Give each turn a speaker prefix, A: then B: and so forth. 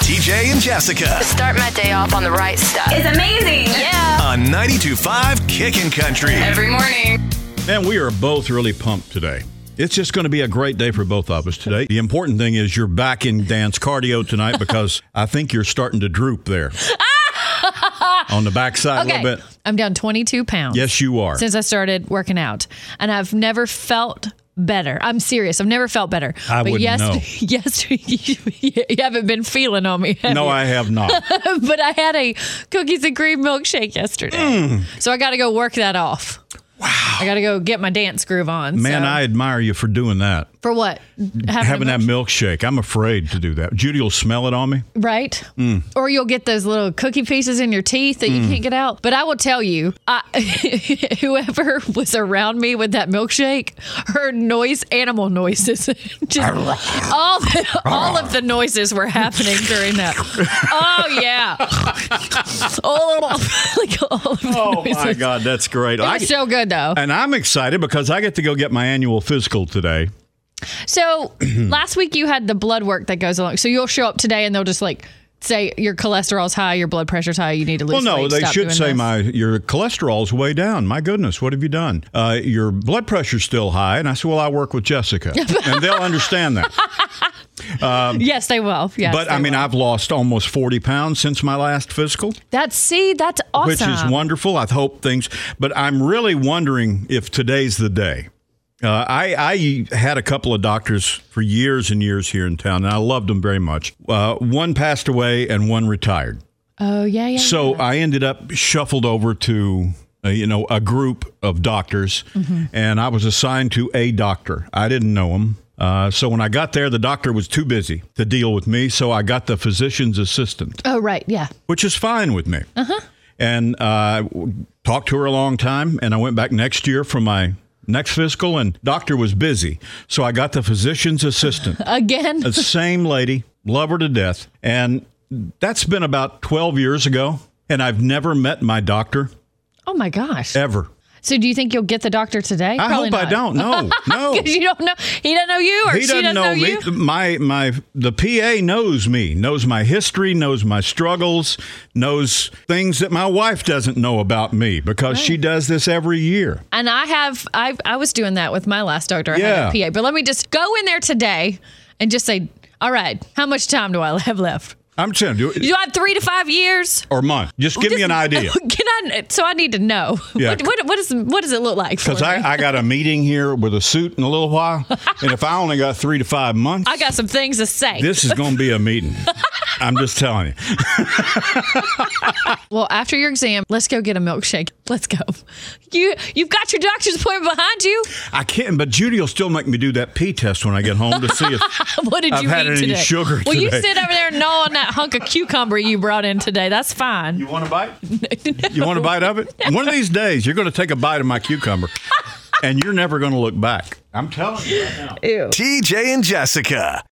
A: TJ and Jessica
B: Start my day off on the right stuff.
C: It's amazing.
B: Yeah.
A: on 925 Kickin' Country.
B: Every morning.
D: Man, we are both really pumped today. It's just going to be a great day for both of us today. The important thing is you're back in dance cardio tonight because I think you're starting to droop there on the backside a little bit.
E: I'm down 22 pounds.
D: Yes, you are.
E: Since I started working out, and I've never felt better. I'm serious. I've never felt better.
D: I
E: but
D: wouldn't know.
E: yesterday, yesterday you haven't been feeling on me. have
D: no,
E: you?
D: I have not.
E: but I had a cookies and cream milkshake yesterday,
D: Mm.
E: so I got to go work that off. Wow. I got to go get my dance groove on.
D: Man,
E: so-
D: I admire you for doing that.
E: for what having, a
D: Having that
E: milkshake?
D: milkshake, I'm afraid to do that. Judy will smell it on me.
E: right?
D: Mm.
E: Or you'll get those little cookie pieces in your teeth that you can't get out. But I will tell you, I, whoever was around me with that milkshake heard noise, animal noises. Just all, the, all of the noises were happening during that. Oh yeah, all of, like all of the
D: Oh
E: noises.
D: my God, that's great.
E: It was so good though.
D: and I'm excited because I get to go get my annual physical today.
E: So last week you had the blood work that goes along. So you'll show up today and they'll just like say your cholesterol's high, your blood pressure's high, you need to lose
D: Well, no,
E: weight,
D: they
E: stop
D: should
E: doing
D: say
E: this.
D: my your cholesterol's way down. My goodness, what have you done? Uh, your blood pressure's still high, and I said, well, I work with Jessica, and they'll understand that.
E: Yes, they will. Yes,
D: but
E: they
D: I mean,
E: will.
D: I've lost almost forty pounds since my last physical,
E: that's see, that's awesome.
D: which is wonderful. I hope things, but I'm really wondering if today's the day. Uh, I, I had a couple of doctors for years and years here in town, and I loved them very much. Uh, one passed away, and one retired.
E: Oh yeah, yeah.
D: So I ended up shuffled over to uh, you know a group of doctors,
E: Mm-hmm.
D: and I was assigned to a doctor. I didn't know him. Uh, so when I got there, the doctor was too busy to deal with me. So I got the physician's assistant,
E: oh right, yeah.
D: which is fine with me.
E: Uh-huh.
D: And uh, w- talked to her a long time. And I went back next year for my next physical, and doctor was busy. So I got the physician's assistant.
E: Again,
D: The same lady, love her to death. And that's been about 12 years ago. And I've never met my doctor
E: oh my gosh.
D: ever.
E: So do you think you'll get the doctor today?
D: I
E: Probably
D: hope I
E: not.
D: don't. No, no.
E: 'Cause you don't know. He doesn't know you, or
D: He
E: she
D: doesn't know, me.
E: you.
D: My my the PA knows me, knows my history, knows my struggles, knows things that my wife doesn't know about me because she does this every year.
E: And I have, I, I was doing that with my last doctor. I had
D: Yeah.
E: a PA. But let me just go in there today and just say, all right, how much time do I have left?
D: I'm trying to do it
E: Do I have three to five years?
D: or month. Just give me
E: Just-
D: an idea.
E: Can I? So I need to know.
D: Yeah.
E: What, what, what, is, what does it look like? for
D: Because
E: me?
D: I, I got a meeting here with a suit in a little while. And if I only got three to five months,
E: I got some things to say.
D: This is going to be a meeting. I'm just telling you.
E: Well, after your exam, let's go get a milkshake. Let's go. You you've got your doctor's appointment behind you.
D: I can't, but Judy will still make me do that pee test when I get home to see if.
E: What did
D: I've
E: you
D: had
E: eat
D: any
E: today?
D: sugar
E: well, you
D: today.
E: sit over there and gnaw on that hunk of cucumber you brought in today. That's fine.
D: You want a bite? You want a bite of it? One of these days, you're going to take a bite of my cucumber, and you're never going to look back. I'm telling you.
A: TJ and Jessica.